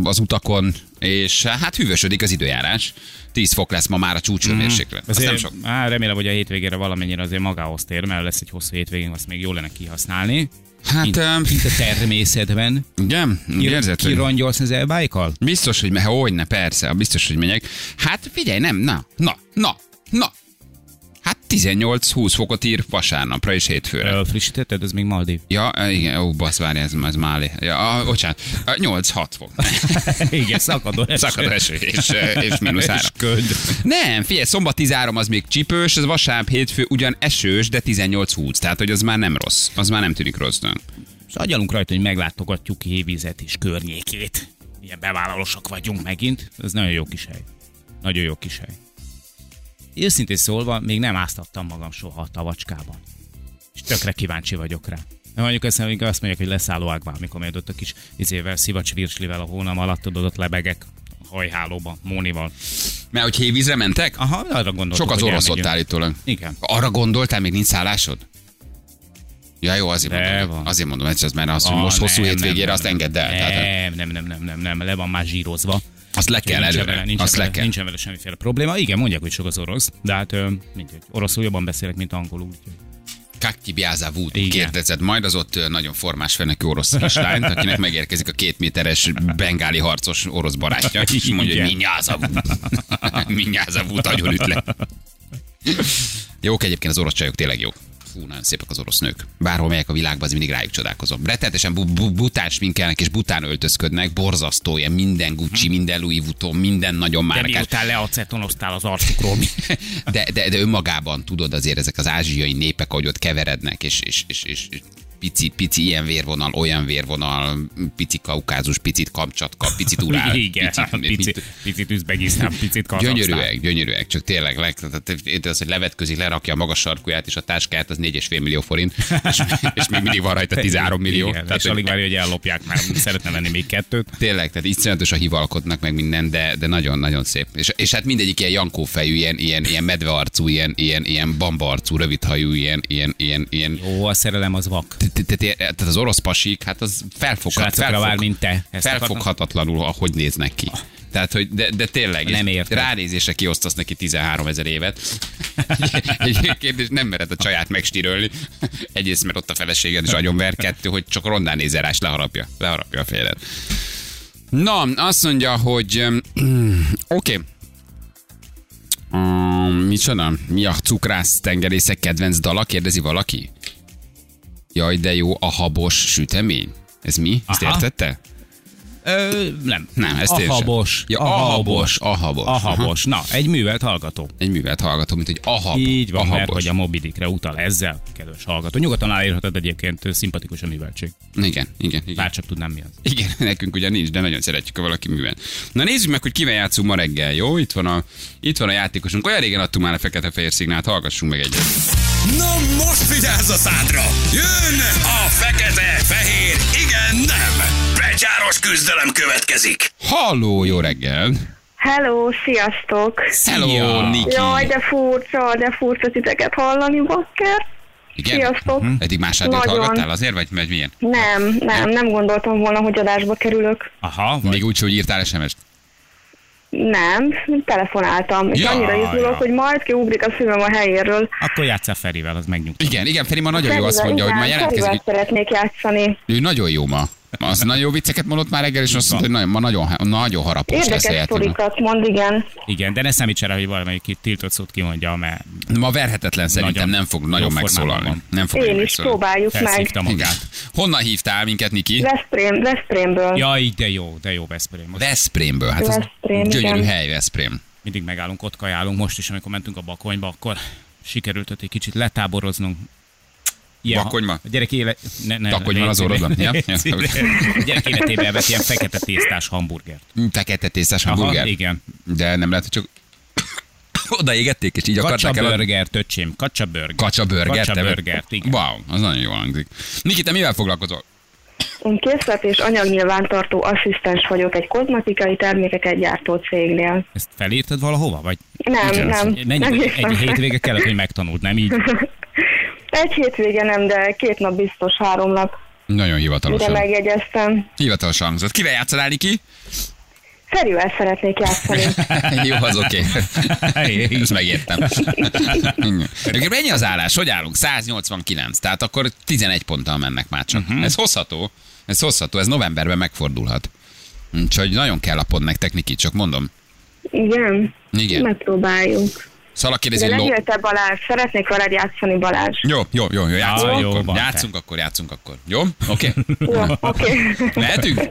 [SPEAKER 2] az utakon, és hát hűvösödik az időjárás. 10 fok lesz ma már a csúcsőmérséklet. Mm,
[SPEAKER 3] Azért,
[SPEAKER 2] nem sok.
[SPEAKER 3] Á, remélem, hogy a hétvégére valamennyire azért magához tér, mert lesz egy hosszú hétvégén, azt még jó lenne kihasználni.
[SPEAKER 2] Hát,
[SPEAKER 3] Kint-
[SPEAKER 2] öm,
[SPEAKER 3] kint a természetben.
[SPEAKER 2] ugye? Érzed, hogy...
[SPEAKER 3] Kirongyolsz az elbájkal?
[SPEAKER 2] Biztos, hogy megy, hogy ne, persze, biztos, hogy megyek. Hát figyelj, nem, na, na, na, na. Hát 18-20 fokot ír vasárnapra és hétfőre.
[SPEAKER 3] Ö, Frissítetted, ez még Maldiv.
[SPEAKER 2] Ja, ö, igen, ó, basz, várj, ez, ez Máli. Ja, a, bocsánat, Ö, 8-6 fok.
[SPEAKER 3] Igen, szakadó eső.
[SPEAKER 2] Szakad eső, és, ö, és mínusz 3.
[SPEAKER 3] És köd.
[SPEAKER 2] Nem, figyelj, szombat 13 az még csipős, az vasárnap hétfő ugyan esős, de 18-20, tehát hogy az már nem rossz, az már nem tűnik rossznak.
[SPEAKER 3] És agyalunk rajta, hogy meglátogatjuk Hévizet és környékét. Ilyen bevállalósak vagyunk megint. Ez nagyon jó kis hely. Nagyon jó kis hely. Őszintén szólva, még nem áztattam magam soha a tavacskában. És tökre kíváncsi vagyok rá. Na mondjuk azt, amikor azt mondják, hogy leszálló ágvá, amikor még ott a kis izével, szivacs virslivel a hónam alatt tudod, ott lebegek hajhálóban, Mónival.
[SPEAKER 2] Mert hogy hévízre mentek?
[SPEAKER 3] Aha, arra gondoltam.
[SPEAKER 2] Sok az orosz ott állítólag.
[SPEAKER 3] Igen.
[SPEAKER 2] Arra gondoltál, még nincs szállásod? Ja, jó, azért
[SPEAKER 3] De
[SPEAKER 2] mondom.
[SPEAKER 3] van.
[SPEAKER 2] Azért mondom, egyszer, mert az, hogy
[SPEAKER 3] Ah,
[SPEAKER 2] most hosszú
[SPEAKER 3] nem,
[SPEAKER 2] hétvégére
[SPEAKER 3] nem,
[SPEAKER 2] azt
[SPEAKER 3] nem,
[SPEAKER 2] engedd el. Tehát
[SPEAKER 3] Nem, nem, nem, nem, nem, nem, le van már zsírozva.
[SPEAKER 2] azt le
[SPEAKER 3] Úgyhogy
[SPEAKER 2] kell
[SPEAKER 3] nincsen
[SPEAKER 2] előre.
[SPEAKER 3] Vele, nincsen,
[SPEAKER 2] Azt
[SPEAKER 3] vele,
[SPEAKER 2] le kell.
[SPEAKER 3] nincsen vele semmiféle probléma. Igen, mondják, hogy sok az orosz, de hát ö, mindegy. Oroszul jobban beszélek, mint angolul. úgyhogy.
[SPEAKER 2] Kakti Biáza Wood
[SPEAKER 3] Igen.
[SPEAKER 2] kérdezed majd, az ott ö, nagyon formás fenekű orosz kislányt, akinek megérkezik a két méteres bengáli harcos orosz barátja, és mondja, hogy
[SPEAKER 3] Igen.
[SPEAKER 2] minyáza Wood. minyáza Wood, agyon üt le. Jók egyébként az orosz csajok, tényleg jó. Fú, nagyon szépek az orosz nők. Bárhol megyek a világba, az mindig rájuk csodálkozom. Rettenetesen bu- bu- bután sminkelnek és bután öltözködnek, borzasztó, ilyen minden Gucci, minden Louis Vuitton, minden nagyon
[SPEAKER 3] Hm. De
[SPEAKER 2] márkás.
[SPEAKER 3] miután leacetonoztál az arcukról, mi?
[SPEAKER 2] De, de, de önmagában tudod azért ezek az ázsiai népek, ahogy ott keverednek, és, és, és, és és pici, pici ilyen vérvonal, olyan vérvonal, pici kaukázus, picit kamcsatka, picit urál.
[SPEAKER 3] Igen, hát
[SPEAKER 2] mit-
[SPEAKER 3] picit, picit üzbegisztán, picit kazaksztán.
[SPEAKER 2] Gyönyörűek, gyönyörűek, csak tényleg, leg, tehát itt az, hogy levetközik, lerakja a magas sarkuját és a táskáját, az 4,5 millió forint, és, és még mindig van rajta 13 millió.
[SPEAKER 3] Igen,
[SPEAKER 2] tehát,
[SPEAKER 3] és alig
[SPEAKER 2] hogy,
[SPEAKER 3] várja, hogy ellopják, mert szeretne venni még kettőt.
[SPEAKER 2] tényleg, tehát iszonyatosan hivalkodnak meg minden, de, de nagyon-nagyon szép. És, és hát mindegyik ilyen jankó fejű, ilyen, ilyen, ilyen medvearcú, ilyen, ilyen, ilyen bambarcú, rövidhajú, ilyen, ilyen, ilyen, ilyen
[SPEAKER 3] Ó, a szerelem az vak.
[SPEAKER 2] Te- te- te- te- tehát az orosz pasik, hát az felfoghat,
[SPEAKER 3] Srácokra vár,
[SPEAKER 2] felfog,
[SPEAKER 3] mint te. Ezt
[SPEAKER 2] felfoghatatlanul, ahogy néznek ki. Tehát, hogy de, de tényleg,
[SPEAKER 3] Nem
[SPEAKER 2] és
[SPEAKER 3] érted.
[SPEAKER 2] ránézésre kiosztasz neki 13 ezer évet. Egyébként és nem mered a csaját megstírölni. Egyrészt, mert ott a feleséged is agyonver, kettő, hogy csak rondán nézel rá, és leharapja, leharapja a fejed. Na, azt mondja, hogy öm, oké, okay. Um, micsoda? Mi a cukrász tengerészek kedvenc dala? Kérdezi valaki? Jaj, de jó a habos sütemény. Ez mi? Ezt
[SPEAKER 3] Aha.
[SPEAKER 2] értette?
[SPEAKER 3] Ö, nem.
[SPEAKER 2] Nem, ezt
[SPEAKER 3] a
[SPEAKER 2] én sem.
[SPEAKER 3] habos.
[SPEAKER 2] Ja, a habos, a habos.
[SPEAKER 3] A habos. Na, egy művelt hallgató.
[SPEAKER 2] Egy művet hallgatom, mint hogy a hab,
[SPEAKER 3] Így van,
[SPEAKER 2] a
[SPEAKER 3] mert
[SPEAKER 2] habos.
[SPEAKER 3] hogy a Mobidikre utal ezzel, kedves hallgató. Nyugodtan elérheted egyébként, ö, szimpatikus a műveltség.
[SPEAKER 2] Igen, igen, igen.
[SPEAKER 3] Bárcsak tudnám mi az.
[SPEAKER 2] Igen, nekünk ugye nincs, de nagyon szeretjük, ha valaki művel. Na nézzük meg, hogy kivel játszunk ma reggel, jó? Itt van a, itt van a játékosunk. Olyan régen adtunk már a fekete-fehér szignált, hallgassunk meg egyet.
[SPEAKER 1] Na most vigyázz a szádra! Jön a fekete, fehér, igen, nem! Becsáros küzdelem következik!
[SPEAKER 2] Halló, jó reggel!
[SPEAKER 4] Hello, sziasztok!
[SPEAKER 2] Hello, Niki!
[SPEAKER 4] Jaj, de furcsa, de furcsa titeket hallani, bakker.
[SPEAKER 2] Igen?
[SPEAKER 4] Sziasztok.
[SPEAKER 2] Mhm. Eddig más rádiót
[SPEAKER 4] Nagyon.
[SPEAKER 2] hallgattál azért, vagy, vagy milyen?
[SPEAKER 4] Nem, nem, nem gondoltam volna, hogy adásba kerülök.
[SPEAKER 3] Aha, vagy
[SPEAKER 2] Még úgy, hogy írtál SMS-t.
[SPEAKER 4] Nem, telefonáltam. És
[SPEAKER 2] Ja,
[SPEAKER 4] annyira izgulok,
[SPEAKER 3] ja.
[SPEAKER 4] hogy majd kiugrik a szívem a helyéről.
[SPEAKER 3] akkor játsszál Ferivel, az megnyugtat.
[SPEAKER 2] Igen, igen, Feri ma nagyon jó,
[SPEAKER 4] Szerintem,
[SPEAKER 2] azt mondja, hogy
[SPEAKER 4] igen,
[SPEAKER 2] már jelentkezik.
[SPEAKER 4] Ferivel szeretnék játszani.
[SPEAKER 2] Ő nagyon jó ma. Az nagyon jó vicceket mondott már reggel, és azt mondta, hogy nagyon, ma nagyon, nagyon harapós lesz a
[SPEAKER 4] Érdekes
[SPEAKER 2] játékban.
[SPEAKER 4] sztorikat mond, igen.
[SPEAKER 3] Igen, de ne számíts erre, hogy valamelyik itt tiltott szót kimondja, mert
[SPEAKER 2] Ma verhetetlen szerintem
[SPEAKER 3] Nagyon.
[SPEAKER 2] nem fog
[SPEAKER 3] Jó
[SPEAKER 2] nagyon
[SPEAKER 3] formában
[SPEAKER 2] megszólalni.
[SPEAKER 3] van.
[SPEAKER 2] Nem fog
[SPEAKER 4] Én
[SPEAKER 2] nagyon
[SPEAKER 4] is
[SPEAKER 2] megszólalni.
[SPEAKER 4] próbáljuk meg.
[SPEAKER 3] felszívta
[SPEAKER 2] Igen.
[SPEAKER 3] magát.
[SPEAKER 2] Honnan hívtál minket, Niki?
[SPEAKER 4] Veszprém, Veszprémből.
[SPEAKER 3] Ja, így de jó, de jó Veszprém. Most
[SPEAKER 2] Veszprémből. Hát ez
[SPEAKER 4] Veszprém,
[SPEAKER 2] gyönyörű
[SPEAKER 4] igen.
[SPEAKER 2] hely, Veszprém.
[SPEAKER 3] mindig megállunk, ott kajálunk. Most is, amikor mentünk a Bakonyba, akkor sikerült ott egy kicsit letáboroznunk.
[SPEAKER 2] Bakonyba?
[SPEAKER 3] A gyerek éle... Ne, ne,
[SPEAKER 2] Takonyban az
[SPEAKER 3] légy szíves.
[SPEAKER 2] orrodon, ja?
[SPEAKER 3] Légy szíves. A gyerek életében evett ilyen fekete tésztás hamburgert.
[SPEAKER 2] Fekete tésztás
[SPEAKER 3] Aha,
[SPEAKER 2] hamburger.
[SPEAKER 3] igen.
[SPEAKER 2] De nem lehet, hogy csak odaégették, és így akarták el.
[SPEAKER 3] Kacsaburgert, öcsém, kacsaburgert.
[SPEAKER 2] Kacsa burger.
[SPEAKER 3] Kacsaburgert, igen.
[SPEAKER 2] Wow, az nagyon jól hangzik. Niki, te mivel foglalkozol?
[SPEAKER 4] Én készlet és anyagnyilvántartó asszisztens vagyok egy kozmetikai termékeket gyártó cégnél.
[SPEAKER 3] Ezt felírtad valahova, vagy?
[SPEAKER 4] Nem, nem.
[SPEAKER 3] Mennyi,
[SPEAKER 4] nem
[SPEAKER 3] egy,
[SPEAKER 4] hiszem.
[SPEAKER 3] egy hétvége kellett, hogy megtanuld, nem így?
[SPEAKER 4] Egy hétvége nem, de két nap biztos három nap,
[SPEAKER 2] Nagyon
[SPEAKER 4] mire
[SPEAKER 2] hivatalosan.
[SPEAKER 4] megjegyeztem.
[SPEAKER 2] Hivatalosan hangzott. Kivel játszanál, Niki?
[SPEAKER 4] Szerűen szeretnék játszani.
[SPEAKER 2] Jó, az oké. Okay. Ezt megértem. Egyébként ennyi az állás, hogy állunk? 189, tehát akkor 11 ponttal mennek már csak.
[SPEAKER 3] Mhm.
[SPEAKER 2] Uh-huh. Ez hozható, ez hozható, ez novemberben megfordulhat. Úgyhogy nagyon kell a pont nektek, Niki, csak mondom.
[SPEAKER 4] Igen.
[SPEAKER 2] Igen.
[SPEAKER 4] Megpróbáljuk.
[SPEAKER 2] Szala kérdezi,
[SPEAKER 4] De
[SPEAKER 2] hogy ló...
[SPEAKER 4] legyél te Balázs, szeretnék veled játszani Balázs.
[SPEAKER 2] Jó, jó, jó, jó, játszunk,
[SPEAKER 3] Ah, jó,
[SPEAKER 2] akkor.
[SPEAKER 3] van,
[SPEAKER 2] játszunk akkor, játszunk akkor. Jó? Oké. Okay.
[SPEAKER 4] Jó, oké.
[SPEAKER 2] Mehetünk?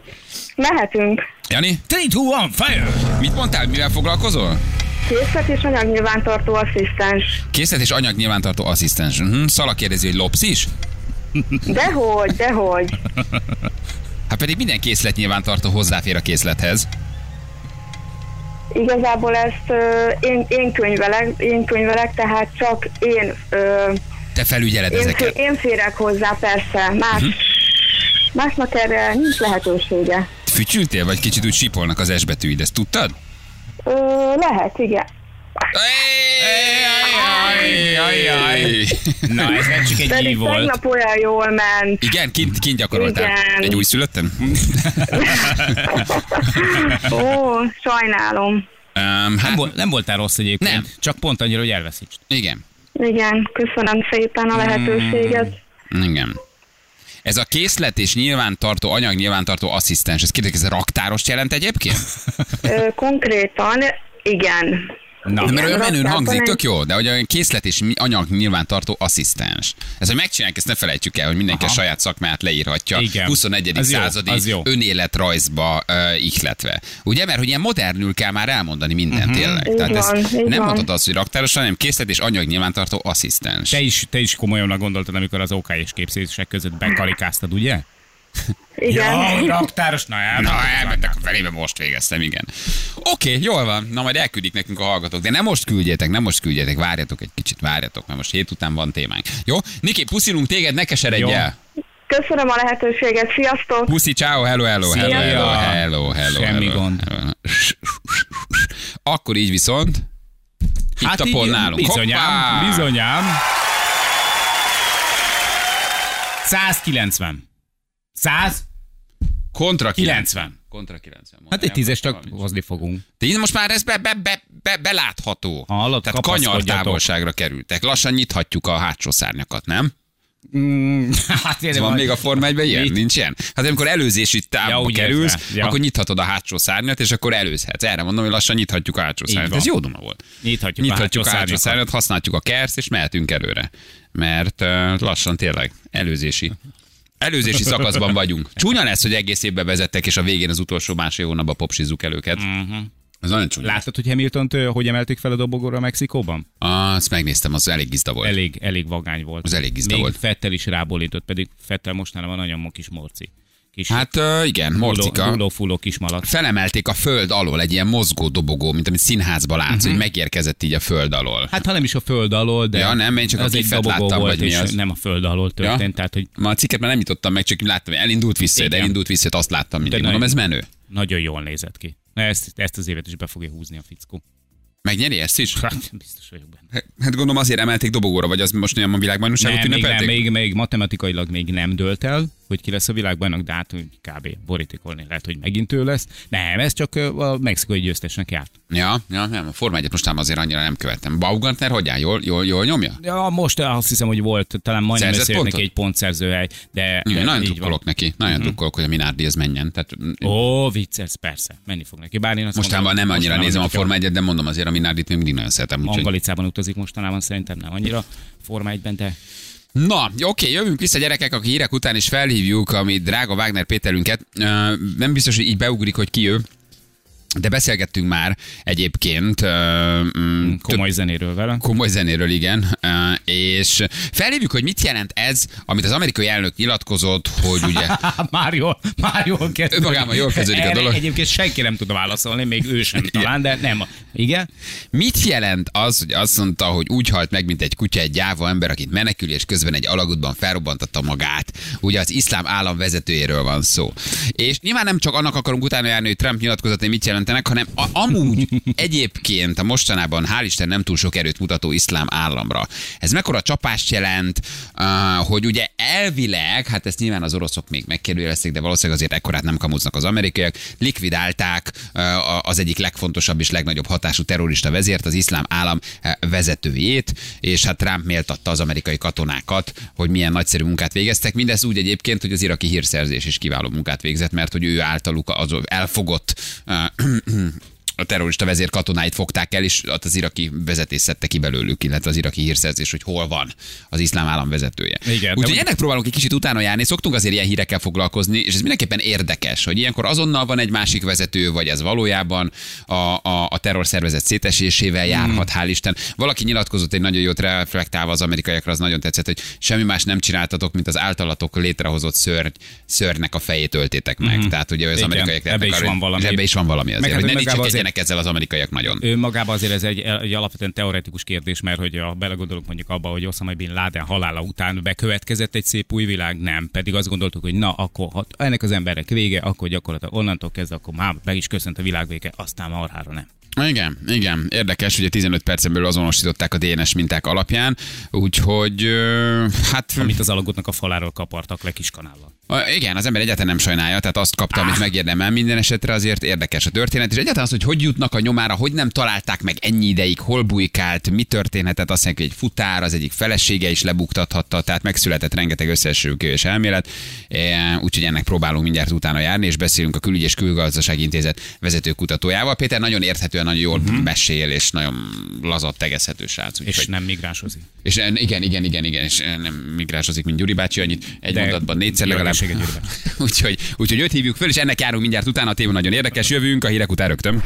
[SPEAKER 4] Mehetünk.
[SPEAKER 2] Jani,
[SPEAKER 3] 3, 2, 1, fire!
[SPEAKER 2] mit mondtál, mivel foglalkozol?
[SPEAKER 4] Készlet és anyagnyilvántartó asszisztens.
[SPEAKER 2] Készlet és anyagnyilvántartó asszisztens. Uh-huh. Szala kérdezi, hogy lopsz is?
[SPEAKER 4] Dehogy, dehogy.
[SPEAKER 2] Hát pedig minden készletnyilvántartó hozzáfér a készlethez.
[SPEAKER 4] Igazából ezt ö, én, én, könyvelek, én könyvelek, tehát csak én, ö,
[SPEAKER 2] Te felügyeled
[SPEAKER 4] én, fé-
[SPEAKER 2] ezeket. Mhm.
[SPEAKER 4] én férek hozzá, persze. Más, másnak erre nincs lehetősége.
[SPEAKER 2] Fütyültél, vagy kicsit úgy sípolnak az S betűid, ezt tudtad?
[SPEAKER 4] Ö, lehet, igen.
[SPEAKER 3] Na, ez nem csak egy
[SPEAKER 4] Pedig
[SPEAKER 3] így volt.
[SPEAKER 4] tegnap olyan jól ment.
[SPEAKER 2] Igen, kint, kint gyakoroltál.
[SPEAKER 4] Igen.
[SPEAKER 2] Egy újszülöttem?
[SPEAKER 4] Ó, sajnálom.
[SPEAKER 2] um,
[SPEAKER 3] Nem,
[SPEAKER 2] hát,
[SPEAKER 3] volt, nem voltál rossz egyébként,
[SPEAKER 2] Nem.
[SPEAKER 3] nem. csak pont annyira, hogy elveszítsd.
[SPEAKER 2] igen.
[SPEAKER 4] Igen, köszönöm szépen
[SPEAKER 3] Mm.
[SPEAKER 4] a lehetőséget.
[SPEAKER 2] Igen. Ez a készlet és nyilvántartó, anyag nyilvántartó asszisztens, ez kérdezik, ez raktárost jelent egyébként?
[SPEAKER 4] Ö, konkrétan, igen.
[SPEAKER 3] Na,
[SPEAKER 2] Mert olyan menőn
[SPEAKER 4] raktárban
[SPEAKER 2] hangzik,
[SPEAKER 4] egy-
[SPEAKER 2] tök jó, de hogy a készlet és mi- anyag nyilvántartó asszisztens. Ez, hogy megcsinálják, ezt ne felejtjük el, hogy mindenki Aha. a saját szakmáját leírhatja.
[SPEAKER 3] Igen.
[SPEAKER 2] 21.
[SPEAKER 3] Az jó,
[SPEAKER 2] századi
[SPEAKER 3] az jó.
[SPEAKER 2] önéletrajzba uh, ihletve. Ugye, mert hogy ilyen modernül kell már elmondani mindent
[SPEAKER 3] Mhm.
[SPEAKER 2] uh-huh. tényleg.
[SPEAKER 4] Így
[SPEAKER 2] Tehát
[SPEAKER 4] van,
[SPEAKER 2] ezt
[SPEAKER 4] így
[SPEAKER 2] nem
[SPEAKER 4] van.
[SPEAKER 2] mondhatod azt, hogy raktáros, hanem készlet és anyag nyilvántartó asszisztens.
[SPEAKER 3] Te is, te is komolyan gondoltad, amikor az OK és képzések között bekalikáztad, ugye?
[SPEAKER 4] Igen.
[SPEAKER 3] Jaj, raktáros, na elmentek.
[SPEAKER 2] Na, elmentek a felébe, most végeztem, igen. Oké, okay, jól van, na majd elküldik nekünk a hallgatók, de nem most küldjétek, nem most küldjétek, várjatok egy kicsit, várjatok, mert most hét után van témánk. Jó? Niki, puszilunk téged, ne keseredj
[SPEAKER 3] Jó.
[SPEAKER 2] el.
[SPEAKER 4] Köszönöm a lehetőséget, sziasztok!
[SPEAKER 2] Puszi, ciao, hello, hello, hello,
[SPEAKER 3] Szia.
[SPEAKER 2] hello, hello, hello.
[SPEAKER 3] Semmi
[SPEAKER 2] hello,
[SPEAKER 3] gond.
[SPEAKER 2] hello. Akkor így viszont, hát itt a pont nálunk.
[SPEAKER 3] Bizonyám,
[SPEAKER 2] Hoppá!
[SPEAKER 3] bizonyám. 190. 100?
[SPEAKER 2] Kontra
[SPEAKER 3] 90.
[SPEAKER 2] Kontra 90.
[SPEAKER 3] Hát egy tízes csak hozni fogunk.
[SPEAKER 2] De így most már ez be, be, be, be, belátható.
[SPEAKER 3] Hallott,
[SPEAKER 2] Tehát kanyar
[SPEAKER 3] kapaszkodjatok.
[SPEAKER 2] távolságra kerültek. Lassan nyithatjuk a hátsó szárnyakat, nem?
[SPEAKER 3] Mm, hát
[SPEAKER 2] Ez
[SPEAKER 3] én
[SPEAKER 2] van még a Forma 1 ilyen?
[SPEAKER 3] Mit?
[SPEAKER 2] Nincs ilyen? Hát amikor előzési
[SPEAKER 3] Ja,
[SPEAKER 2] távba
[SPEAKER 3] úgy
[SPEAKER 2] ja, kerülsz,
[SPEAKER 3] értve.
[SPEAKER 2] ja.
[SPEAKER 3] Ja.
[SPEAKER 2] akkor nyithatod a hátsó szárnyat, és akkor előzhetsz. Erre mondom, hogy lassan nyithatjuk a hátsó
[SPEAKER 3] Így
[SPEAKER 2] szárnyat.
[SPEAKER 3] van.
[SPEAKER 2] Ez jó duma volt.
[SPEAKER 3] Nyithatjuk,
[SPEAKER 2] nyithatjuk a hátsó
[SPEAKER 3] szárnyakat.
[SPEAKER 2] szárnyat, használjuk a kersz, és mehetünk előre. Mert uh, lassan tényleg előzési előzési szakaszban vagyunk. Csúnya lesz, hogy egész évbe vezettek, és a végén az utolsó másfél hónapban popsizzuk el őket.
[SPEAKER 3] Mhm.
[SPEAKER 2] Uh-huh. Ez nagyon csúnya.
[SPEAKER 3] Láttad, hogy Hamiltont ö, hogy emelték fel a dobogóra Mexikóban?
[SPEAKER 2] Azt megnéztem, az elég gizda volt.
[SPEAKER 3] Elég, elég vagány volt.
[SPEAKER 2] Az elég gizda
[SPEAKER 3] Még
[SPEAKER 2] volt.
[SPEAKER 3] Fettel is rábólintott, pedig Fettel mostanában van nagyon mo- kis morci. Kis
[SPEAKER 2] Hát ö, igen, morcika.
[SPEAKER 3] Dulófuló kis malac.
[SPEAKER 2] felemelték a föld alól egy ilyen mozgó dobogó, mint amit színházba látsz,
[SPEAKER 3] Mhm.
[SPEAKER 2] uh-huh. hogy megérkezett így a föld alól.
[SPEAKER 3] Hát ha nem is a föld alól, de
[SPEAKER 2] Ja, nem, én csak a
[SPEAKER 3] az egy
[SPEAKER 2] kiffet
[SPEAKER 3] dobogó
[SPEAKER 2] láttam,
[SPEAKER 3] volt,
[SPEAKER 2] vagy mi
[SPEAKER 3] és
[SPEAKER 2] az.
[SPEAKER 3] nem a föld alól történt,
[SPEAKER 2] Ja.
[SPEAKER 3] ja. tehát hogy
[SPEAKER 2] Ma a cikket már nem nyitottam meg, csak így láttam, hogy elindult vissza, de
[SPEAKER 3] Igen.
[SPEAKER 2] elindult vissza, azt láttam mindig.
[SPEAKER 3] De
[SPEAKER 2] Mondom, ez
[SPEAKER 3] nagy-
[SPEAKER 2] menő.
[SPEAKER 3] nagyon jól nézett ki. Na, ezt, ezt az évet is be fogja húzni a fickó.
[SPEAKER 2] Megnyeri ezt is?
[SPEAKER 3] Hát, biztos vagyok benne.
[SPEAKER 2] Hát gondolom azért emelték dobogóra, vagy az most nem a világbajnokságot
[SPEAKER 3] Nem, még, nem,
[SPEAKER 2] ünnepelték?
[SPEAKER 3] még, még matematikailag még nem dölt el, hogy ki lesz a világbajnok, de hát úgy kb. borítékolni lehet, hogy megint ő lesz. Nem, ez csak ö, a mexikai győztesnek járt.
[SPEAKER 2] Ja, ja, nem, a Forma 1 mostában azért annyira nem követem. Baumgartner hogy áll? Jól, jól, jól nyomja?
[SPEAKER 3] Ja, most eh, azt hiszem, hogy volt, talán majdnem
[SPEAKER 2] Szerzett
[SPEAKER 3] összejött neki
[SPEAKER 2] pontot?
[SPEAKER 3] egy pontszerzőhely, de,
[SPEAKER 2] Igen,
[SPEAKER 3] de így
[SPEAKER 2] nagyon
[SPEAKER 3] van. Mhm.
[SPEAKER 2] drukkolok neki. Nagyon drukkolok, hogy a Minardi ez menjen. Tehát, m-
[SPEAKER 3] Ó, vicc, ez persze, menni fog neki. Bár én azt
[SPEAKER 2] Mostában
[SPEAKER 3] mondom,
[SPEAKER 2] nem annyira
[SPEAKER 3] mostanában
[SPEAKER 2] nézem a
[SPEAKER 3] neki
[SPEAKER 2] Forma 1 de mondom azért a Minardit még mindig nagyon szeretem. Úgyhogy...
[SPEAKER 3] Angalicában utazik mostanában, szerintem nem annyira Forma 1-ben, de
[SPEAKER 2] Na, jó, oké, jövünk vissza gyerekek, aki hírek után is felhívjuk a mi drága Wagner Péterünket. Ö, Nem biztos, hogy így beugrik, hogy ki ő, de beszélgettünk már egyébként ö, mm, több-
[SPEAKER 3] komoly zenéről vele.
[SPEAKER 2] komoly zenéről, igen. Ö, És felhívjuk, hogy mit jelent ez, amit az amerikai elnök nyilatkozott, hogy ugye...
[SPEAKER 3] Há, Hát Már jól, már jól kezdődik.
[SPEAKER 2] Önmagában jól kezdődik a
[SPEAKER 3] Erre
[SPEAKER 2] dolog.
[SPEAKER 3] Egyébként senki nem tud válaszolni, még ő sem talán, de nem. Igen?
[SPEAKER 2] Mit jelent az, hogy azt mondta, hogy úgy halt meg, mint egy kutya, egy gyáva ember, akit menekül, és közben egy alagútban felrobbantatta magát? Ugye az iszlám állam vezetőjéről van szó. És nyilván nem csak annak akarunk utána járni, hogy Trump nyilatkozatai mit jelentenek, hanem a, amúgy egyébként a mostanában, hál' Isten, nem túl sok erőt mutató iszlám államra. Ez mekkora csapást jelent, uh, hogy ugye elvileg, hát ezt nyilván az oroszok még megkérdőjelezték, de valószínűleg azért ekkorát nem kamuznak az amerikaiak, likvidálták uh, a- az egyik legfontosabb és legnagyobb hatású terrorista vezért, az iszlám állam uh, vezetőjét, és hát Trump méltatta az amerikai katonákat, hogy milyen nagyszerű munkát végeztek. Mindez úgy egyébként, hogy az iraki hírszerzés is kiváló munkát végzett, mert hogy ő általuk az elfogott uh, a terrorista vezér katonáit fogták el, és ott az iraki vezetés szedte ki belőlük, illetve az iraki hírszerzés, hogy hol van az iszlám állam vezetője.
[SPEAKER 3] Igen, de
[SPEAKER 2] Úgyhogy
[SPEAKER 3] úgy-
[SPEAKER 2] ennek próbálunk egy kicsit utána járni, szoktunk azért ilyen hírekkel foglalkozni, és ez mindenképpen érdekes, hogy ilyenkor azonnal van egy másik vezető, vagy ez valójában a, a, a terrorszervezet szétesésével
[SPEAKER 3] Hmm.
[SPEAKER 2] járhat, hál' Isten. Valaki nyilatkozott egy nagyon jót reflektálva az amerikaiakra, az nagyon tetszett, hogy semmi más nem csináltatok, mint az általatok létrehozott szörny, szörnek a fejét öltétek meg. Mm. Tehát ugye az
[SPEAKER 3] Hmm. Igen,
[SPEAKER 2] amerikaiak
[SPEAKER 3] ebbe is
[SPEAKER 2] arra,
[SPEAKER 3] van
[SPEAKER 2] hogy-
[SPEAKER 3] valami.
[SPEAKER 2] és Ebbe is van valami azért,
[SPEAKER 3] Meg hát,
[SPEAKER 2] hogy
[SPEAKER 3] hogy
[SPEAKER 2] ne
[SPEAKER 3] magába azért-
[SPEAKER 2] dicsekedjenek ezzel az amerikaiak nagyon.
[SPEAKER 3] Ő magában azért ez egy, egy alapvetően teoretikus kérdés, mert hogy ha belegondolok mondjuk abba, hogy Osama Bin Laden halála után bekövetkezett egy szép új világ, nem. Pedig azt gondoltuk, hogy na, akkor ha ennek az emberek vége, akkor gyakorlatilag onnantól kezdve, akkor már meg is köszönt a világ vége, aztán marhára nem.
[SPEAKER 2] Igen, igen. Érdekes, ugye 15 percen belül azonosították a DNS minták alapján, úgyhogy ö, hát...
[SPEAKER 3] Amit az alagútnak a faláról kapartak le kis kanállal.
[SPEAKER 2] A- Igen, az ember egyáltalán nem sajnálja, tehát azt kapta, amit megérdemel minden esetre, azért érdekes a történet, és egyáltalán az, hogy hogy jutnak a nyomára, hogy nem találták meg ennyi ideig, hol bujkált, mi történhetett, azt mondják, hogy egy futár, az egyik felesége is lebuktathatta, tehát megszületett rengeteg összeesőkő és elmélet, E, úgyhogy ennek próbálunk mindjárt utána járni, és beszélünk a Külügy és Külgazdaság Intézet vezető kutatójával. Péter nagyon érthetően, nagyon jól mesél, és nagyon lazabb, tegezhető srác.
[SPEAKER 3] És
[SPEAKER 2] úgyhogy-
[SPEAKER 3] nem migránsozik.
[SPEAKER 2] és en- igen, igen, igen, igen, és eh, nem migrásozik, mint Gyuri bácsi, annyit egy
[SPEAKER 3] De
[SPEAKER 2] mondatban négyszer legalább.
[SPEAKER 3] gyorsaság egy Gyuri
[SPEAKER 2] úgyhogy, úgyhogy őt hívjuk föl, és ennek járunk mindjárt utána, a téma nagyon érdekes, jövünk a hírek után rögtön.